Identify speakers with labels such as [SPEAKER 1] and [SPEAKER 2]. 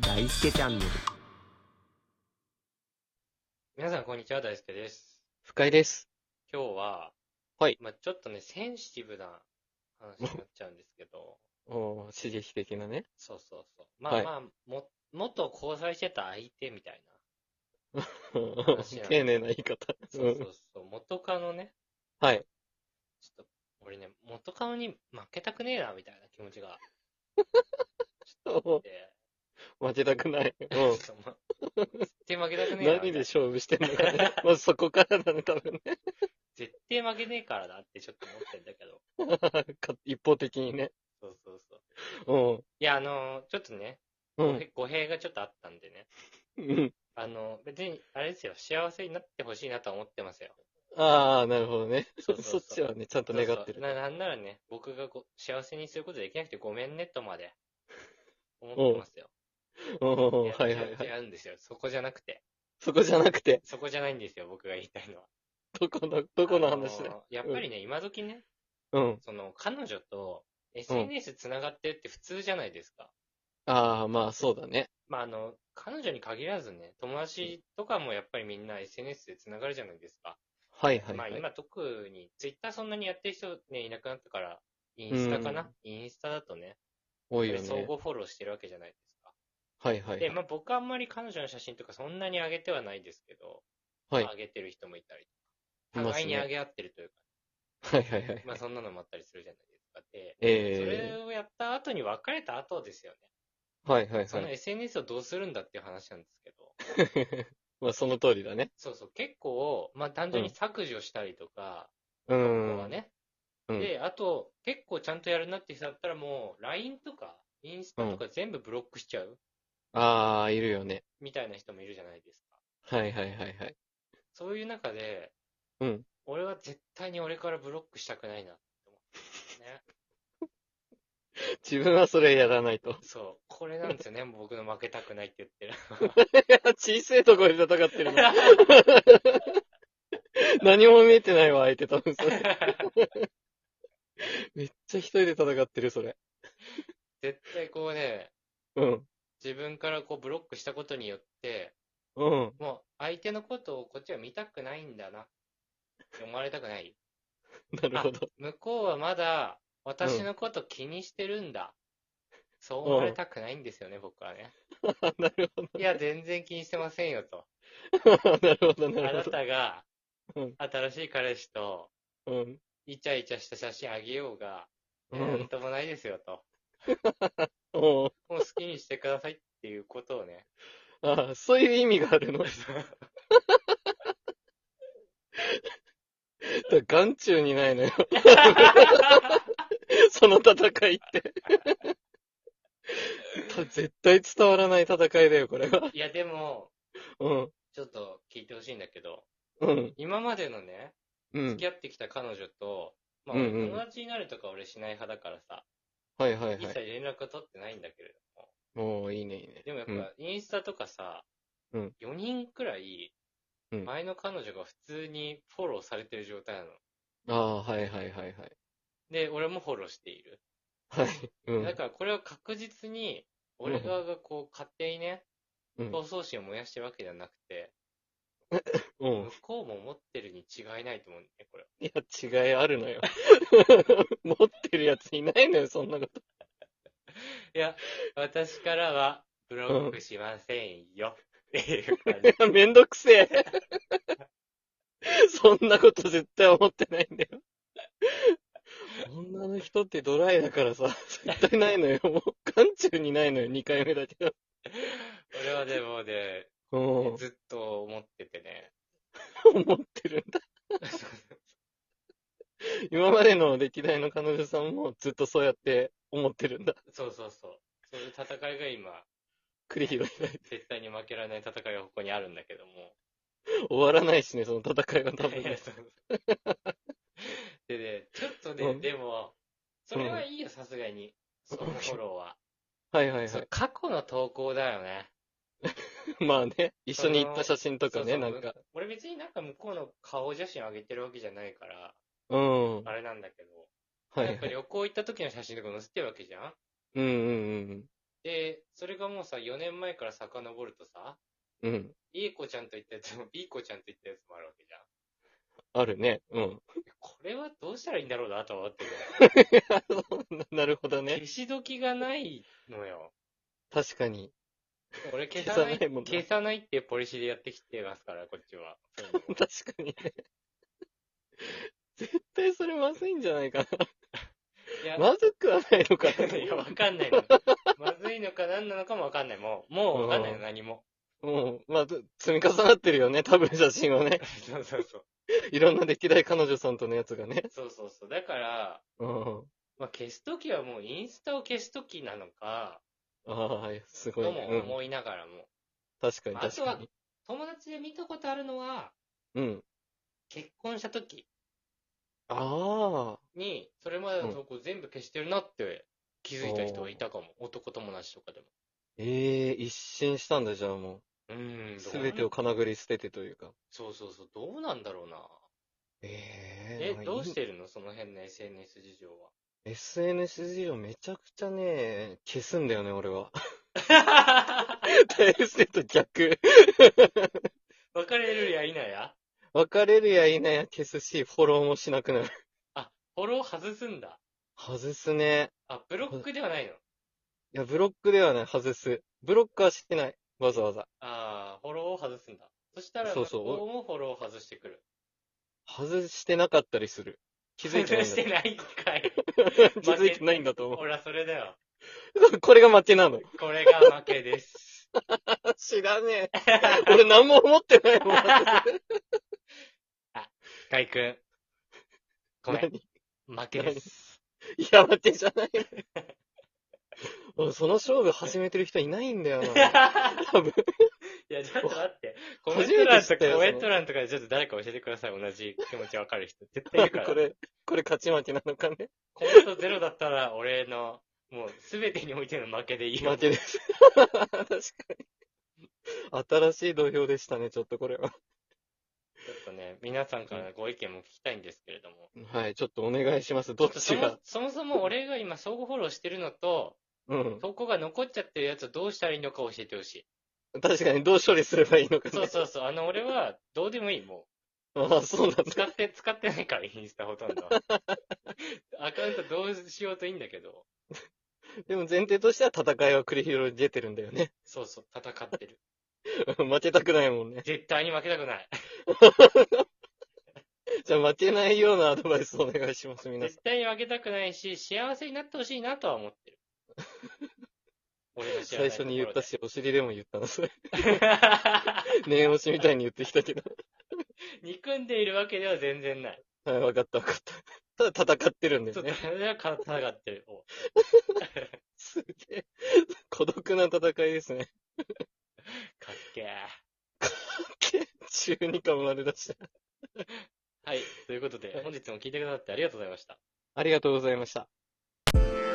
[SPEAKER 1] 大輔チャンネル。
[SPEAKER 2] 皆さん、こんにちは。大輔です。
[SPEAKER 3] 深井です。
[SPEAKER 2] 今日は、
[SPEAKER 3] はい。
[SPEAKER 2] まあ、ちょっとね、センシティブな話になっちゃうんですけど、
[SPEAKER 3] おー刺激的なね。
[SPEAKER 2] そうそうそう。ま
[SPEAKER 3] は
[SPEAKER 2] あ
[SPEAKER 3] い
[SPEAKER 2] まあ、も、元交際してた相手みたい
[SPEAKER 3] 丁寧な言い方。
[SPEAKER 2] な。そう
[SPEAKER 3] う
[SPEAKER 2] そ
[SPEAKER 3] ん
[SPEAKER 2] うそう。元カノね、
[SPEAKER 3] はい。
[SPEAKER 2] ちょっと、俺ね、元カノに負けたくねえな、みたいな気持ちが。ちょっとあって、
[SPEAKER 3] 負けたくない。
[SPEAKER 2] そう
[SPEAKER 3] う
[SPEAKER 2] ま絶対負けたく
[SPEAKER 3] ん。
[SPEAKER 2] ねえなみたい
[SPEAKER 3] 何で
[SPEAKER 2] な。
[SPEAKER 3] 勝負してんのかね。まずそこからだね、 多分ね。
[SPEAKER 2] 絶対負けねえからなってちょっと思ってんだけど。
[SPEAKER 3] か一方的にね。
[SPEAKER 2] そうそうそう。
[SPEAKER 3] うん。
[SPEAKER 2] いや、あのちょっとね、
[SPEAKER 3] う
[SPEAKER 2] 語
[SPEAKER 3] ん。
[SPEAKER 2] 弊語弊がちょっとあったんでね。
[SPEAKER 3] うん。
[SPEAKER 2] あの、別に、あれですよ、幸せになってほしいなとは思ってますよ。
[SPEAKER 3] ああ、なるほどね。
[SPEAKER 2] そうそうそ
[SPEAKER 3] そうっちはね、ちゃんと願って
[SPEAKER 2] そうそう
[SPEAKER 3] る。
[SPEAKER 2] ななんならね、僕がこう幸せにすることできなくてごめんねとま で、思ってますよ。
[SPEAKER 3] うん。
[SPEAKER 2] いや
[SPEAKER 3] はいはいはい。
[SPEAKER 2] 違うんですよ。そこじゃなくて。
[SPEAKER 3] そこじゃなくて、
[SPEAKER 2] そこじゃないんですよ、僕が言いたいのは。
[SPEAKER 3] どこの、どこの話
[SPEAKER 2] あ
[SPEAKER 3] だよ。
[SPEAKER 2] のやっぱりね、今時ね、
[SPEAKER 3] うん。
[SPEAKER 2] その、彼女と SNS つながってるって普通じゃないですか。
[SPEAKER 3] ああ、まあそうだね。
[SPEAKER 2] まあ、あの、彼女に限らずね、友達とかもやっぱりみんな SNS でつながるじゃないですか。
[SPEAKER 3] はいはいはい。
[SPEAKER 2] まあ今特に、ツイッターそんなにやってる人ね、いなくなったから、インスタかな、インスタだとね、
[SPEAKER 3] 多いよ
[SPEAKER 2] 相
[SPEAKER 3] ね。
[SPEAKER 2] 互フォローしてるわけじゃないですか。
[SPEAKER 3] はいはい
[SPEAKER 2] で、
[SPEAKER 3] はい。
[SPEAKER 2] まあ僕はあんまり彼女の写真とかそんなに上げてはないですけど、
[SPEAKER 3] はい
[SPEAKER 2] まあ上げてる人もいたり
[SPEAKER 3] いますね
[SPEAKER 2] 互いに上げ合ってるというか、
[SPEAKER 3] はいはいはい
[SPEAKER 2] ま。あそんなのもあったりするじゃないですか。で、そ
[SPEAKER 3] え
[SPEAKER 2] れをやった後に別れた後ですよね。
[SPEAKER 3] え。はいはい
[SPEAKER 2] そ
[SPEAKER 3] は
[SPEAKER 2] の
[SPEAKER 3] い。
[SPEAKER 2] SNS をどうするんだっていう話なんですけど、
[SPEAKER 3] まあその通りだね。
[SPEAKER 2] そうそう、結構、まあ単純に削除したりとか、
[SPEAKER 3] う
[SPEAKER 2] ここは
[SPEAKER 3] ん。
[SPEAKER 2] ね、
[SPEAKER 3] うん
[SPEAKER 2] で、あと、結構ちゃんとやるなって人だったらもう、LINE とか、インスタとか全部ブロックしちゃう、
[SPEAKER 3] ああ、いるよね。
[SPEAKER 2] みたいな人もいるじゃないですか。
[SPEAKER 3] はいはいはいはい。
[SPEAKER 2] そういう中で、
[SPEAKER 3] うん
[SPEAKER 2] 俺は絶対に俺からブロックしたくないなって思って、 ね。
[SPEAKER 3] 自分はそれやらないと。
[SPEAKER 2] そう。これなんですよね。僕の負けたくないって言ってる。
[SPEAKER 3] 小さいところで戦ってる な。何も見えてないわ、相手多分それ。 めっちゃ一人で戦ってる、それ。
[SPEAKER 2] 絶対こうね、
[SPEAKER 3] うん。
[SPEAKER 2] 自分からこうブロックしたことによって、
[SPEAKER 3] うん。
[SPEAKER 2] もう相手のことをこっちは見たくないんだなって思われたくない。
[SPEAKER 3] なるほど。
[SPEAKER 2] 向こうはまだ私のこと気にしてるんだ。そう思われたくないんですよね、僕はね。
[SPEAKER 3] なるほ
[SPEAKER 2] いや、全然気にしてませんよと。
[SPEAKER 3] ど。なるほど、
[SPEAKER 2] あ
[SPEAKER 3] なる
[SPEAKER 2] な
[SPEAKER 3] ほど。
[SPEAKER 2] たが
[SPEAKER 3] うん
[SPEAKER 2] 新しい彼氏と
[SPEAKER 3] うん。
[SPEAKER 2] イチャイチャした写真あげようが、
[SPEAKER 3] う
[SPEAKER 2] なん
[SPEAKER 3] ん。
[SPEAKER 2] ともないですよと。
[SPEAKER 3] おう
[SPEAKER 2] もう好きにしてくださいっていうことを ね。
[SPEAKER 3] ああ、そういう意味があるの。だから眼中にないのよ。 その戦い って。た絶対伝わらない戦いだよ、これは。
[SPEAKER 2] いや、でも、
[SPEAKER 3] うん。
[SPEAKER 2] ちょっと聞いてほしいんだけど、
[SPEAKER 3] うん。
[SPEAKER 2] 今までのね、
[SPEAKER 3] うん
[SPEAKER 2] 付。き合ってきた彼女と、まあ、
[SPEAKER 3] うんうん
[SPEAKER 2] 友達になるとか俺しない派だからさ、
[SPEAKER 3] はいはいは
[SPEAKER 2] 一切
[SPEAKER 3] い。
[SPEAKER 2] 連絡を取ってないんだけれども、
[SPEAKER 3] もういいね、いいね。
[SPEAKER 2] でもやっ
[SPEAKER 3] うん
[SPEAKER 2] ぱ、インスタとかさ、
[SPEAKER 3] うん
[SPEAKER 2] 4人くらい、
[SPEAKER 3] うん
[SPEAKER 2] 前の彼女が普通にフォローされてる状態なの。
[SPEAKER 3] ああ、はいはいはいはい。
[SPEAKER 2] で、俺もフォローしている。
[SPEAKER 3] はい。う
[SPEAKER 2] だ
[SPEAKER 3] ん。
[SPEAKER 2] からこれは確実に、俺側がこう、勝手にね、
[SPEAKER 3] うん
[SPEAKER 2] 闘争心を燃やしてるわけじゃなくて、
[SPEAKER 3] うん
[SPEAKER 2] 向。こうも持ってるに違いないと思うんだよね、これ。
[SPEAKER 3] いや、違いあるのよ。 持ってるやついないのよ、そんなこと。
[SPEAKER 2] いや、私からは、ブロックしませんよ。っていう感
[SPEAKER 3] い
[SPEAKER 2] じ。
[SPEAKER 3] や、めんどくせえ。そんなこと絶対思ってないんだよ。女の人ってドライだからさ、絶対ないのよ。もう、眼中にないのよ、2回目だけど。
[SPEAKER 2] 俺はでもね、
[SPEAKER 3] うん。思
[SPEAKER 2] ずっと思っててね。
[SPEAKER 3] ってるんだ。今までの歴代の彼女さんもずっとそうやって思ってるんだ。
[SPEAKER 2] そうそうそう。そういう戦いが今、
[SPEAKER 3] 繰り広げられて
[SPEAKER 2] 絶対に負けられない戦いがここにあるんだけども。
[SPEAKER 3] 終わらないしね、その戦いは多分
[SPEAKER 2] いや
[SPEAKER 3] ね。
[SPEAKER 2] そうでね、ちょっとね、
[SPEAKER 3] うん
[SPEAKER 2] でも、それはいいよ、さすがに。その頃は。
[SPEAKER 3] はいはいは
[SPEAKER 2] そう
[SPEAKER 3] い。
[SPEAKER 2] 過去の投稿だよね。
[SPEAKER 3] まあね、一緒に行った写真とか
[SPEAKER 2] そ
[SPEAKER 3] ね、
[SPEAKER 2] う
[SPEAKER 3] な
[SPEAKER 2] そうん
[SPEAKER 3] か。
[SPEAKER 2] 俺別になんか向こうの顔写真上げてるわけじゃないから、
[SPEAKER 3] うん。は
[SPEAKER 2] あれなんだけど、
[SPEAKER 3] いは
[SPEAKER 2] やっぱ
[SPEAKER 3] い。
[SPEAKER 2] 旅行行った時の写真とか載せてるわけじゃん
[SPEAKER 3] うんうんうん。
[SPEAKER 2] で、それがもうさ、4年前から遡るとさ、
[SPEAKER 3] うん。
[SPEAKER 2] いい子ちゃんと言ったやつも、いい子ちゃんと言ったやつもあるわけじゃん。
[SPEAKER 3] あるね。うん。
[SPEAKER 2] これはどうしたらいいんだろうなと思ってる。
[SPEAKER 3] なるほどね。
[SPEAKER 2] 消し時がないのよ。
[SPEAKER 3] 確かに。
[SPEAKER 2] 俺消さない、
[SPEAKER 3] 消さないもんな
[SPEAKER 2] 消さないっていうポリシーでやってきてますから、こっち は。
[SPEAKER 3] 確かにね。絶対それまずいんじゃないか
[SPEAKER 2] いや
[SPEAKER 3] な。まずくはないのかな。
[SPEAKER 2] いや、わかんないの。まずいのか何なのかもわかんない。もう、もうわかんないの、
[SPEAKER 3] うん
[SPEAKER 2] 何も。
[SPEAKER 3] もう、まあ、ず積み重なってるよね。多分写真はね。
[SPEAKER 2] そうそうそう。
[SPEAKER 3] いろんな歴代彼女さんとのやつがね。
[SPEAKER 2] そうそうそう。だから、
[SPEAKER 3] うん。
[SPEAKER 2] まあ、消すときはもうインスタを消すときなのか、
[SPEAKER 3] ああ、すご
[SPEAKER 2] と
[SPEAKER 3] い
[SPEAKER 2] も
[SPEAKER 3] ね。うん。
[SPEAKER 2] 思いながらも。
[SPEAKER 3] 確かに
[SPEAKER 2] まああ
[SPEAKER 3] 確
[SPEAKER 2] とは
[SPEAKER 3] かに。
[SPEAKER 2] 友達で見たことあるのは、
[SPEAKER 3] うん。
[SPEAKER 2] 結婚したとき
[SPEAKER 3] ああ。
[SPEAKER 2] に、それまでの投稿全部消してるなって気づいた人がいたかも。男友達とかでも。
[SPEAKER 3] ええ一新したんだ、じゃあも
[SPEAKER 2] うーん。
[SPEAKER 3] う。
[SPEAKER 2] どう
[SPEAKER 3] すべてをかなぐり捨ててというか。
[SPEAKER 2] そうそうそう。どうなんだろうな。
[SPEAKER 3] ええ
[SPEAKER 2] え、どうしてるのその辺の SNS 事情は。
[SPEAKER 3] SNS 事情めちゃくちゃね、消すんだよね、俺は。 大してと逆。
[SPEAKER 2] 別れるや否や
[SPEAKER 3] 別れるや否や消すし、フォローもしなくなる。
[SPEAKER 2] フォロー外すんだ。
[SPEAKER 3] 外すね。
[SPEAKER 2] あ、ブロックではないの。
[SPEAKER 3] いや、ブロックではない、外す。ブロックはしてない。わざわざ。
[SPEAKER 2] ああ、フォローを外すんだ。そしたら、
[SPEAKER 3] そうそう
[SPEAKER 2] 向こもフォローを外してくる。
[SPEAKER 3] 外してなかったりする。気づいてないんだ
[SPEAKER 2] 外してないんかい。
[SPEAKER 3] と。 気づいてないんだと思
[SPEAKER 2] ほら、それだよ。
[SPEAKER 3] う。これが負けなの。
[SPEAKER 2] これが負けです。
[SPEAKER 3] 知ら ねえ。俺何も思ってないもん。
[SPEAKER 2] かいくん。ごめん、
[SPEAKER 3] 何
[SPEAKER 2] 負けです。
[SPEAKER 3] いや、待ってじゃない。俺その勝負始めてる人いないんだよ
[SPEAKER 2] い
[SPEAKER 3] な。
[SPEAKER 2] や、
[SPEAKER 3] 多分。
[SPEAKER 2] ちょっと待って。コメント
[SPEAKER 3] 初め
[SPEAKER 2] 欄
[SPEAKER 3] て
[SPEAKER 2] と
[SPEAKER 3] 知
[SPEAKER 2] か、
[SPEAKER 3] ったよ
[SPEAKER 2] コメン
[SPEAKER 3] その
[SPEAKER 2] ト欄とかでちょっと誰か教えてください。同じ気持ちわかる人。絶対いるから。
[SPEAKER 3] これ、これ勝ち負けなのかね。
[SPEAKER 2] コメントゼロだったら、俺の、もう、すべてにおいての負けでいいよ。
[SPEAKER 3] 負けです。確かに。新しい土俵でしたね、ちょっとこれは。
[SPEAKER 2] ちょっとね、皆さんからのご意見も聞きたいんですけれども。
[SPEAKER 3] はい、ちょっとお願いします。どっ
[SPEAKER 2] そ
[SPEAKER 3] ち
[SPEAKER 2] も
[SPEAKER 3] が。
[SPEAKER 2] そもそも俺が今相互フォローしてるのと、
[SPEAKER 3] うん。
[SPEAKER 2] 投稿が残っちゃってるやつをどうしたらいいのか教えてほしい。
[SPEAKER 3] 確かに、どう処理すればいいのか
[SPEAKER 2] そう
[SPEAKER 3] ね。
[SPEAKER 2] そうそう。あの、俺はどうでもいい、も
[SPEAKER 3] ああ、そうなん
[SPEAKER 2] う。
[SPEAKER 3] だ。
[SPEAKER 2] 使って、使ってないから、インスタほと んど。アカウントどうしようといいんだけど。
[SPEAKER 3] でも前提としては戦いは繰り広げてるんだよね。
[SPEAKER 2] そうそう、戦ってる。
[SPEAKER 3] 負けたくないもんね。
[SPEAKER 2] 絶対に負けたくない。
[SPEAKER 3] じゃあ負けないようなアドバイスお願いします、皆さん。
[SPEAKER 2] 絶対に負けたくないし、幸せになってほしいなとは思 ってる。俺の知らないと
[SPEAKER 3] 最初
[SPEAKER 2] ころ
[SPEAKER 3] に言ったし、お尻でも言ったな、それ。
[SPEAKER 2] で。
[SPEAKER 3] 念押しみたいに言ってきたけど。
[SPEAKER 2] 憎んでいるわけでは全然ない。
[SPEAKER 3] はい、わかったわかった。 ただ戦ってるんだ
[SPEAKER 2] ちょ
[SPEAKER 3] よ
[SPEAKER 2] っと、体
[SPEAKER 3] ね。
[SPEAKER 2] が戦ってる。お
[SPEAKER 3] すげえ。孤独な戦いですね。
[SPEAKER 2] かっけえ。
[SPEAKER 3] 中二感生まれ出した。
[SPEAKER 2] はい。ということで
[SPEAKER 3] は、い
[SPEAKER 2] 本日も聞いてくださってありがとうございました。
[SPEAKER 3] ありがとうございました。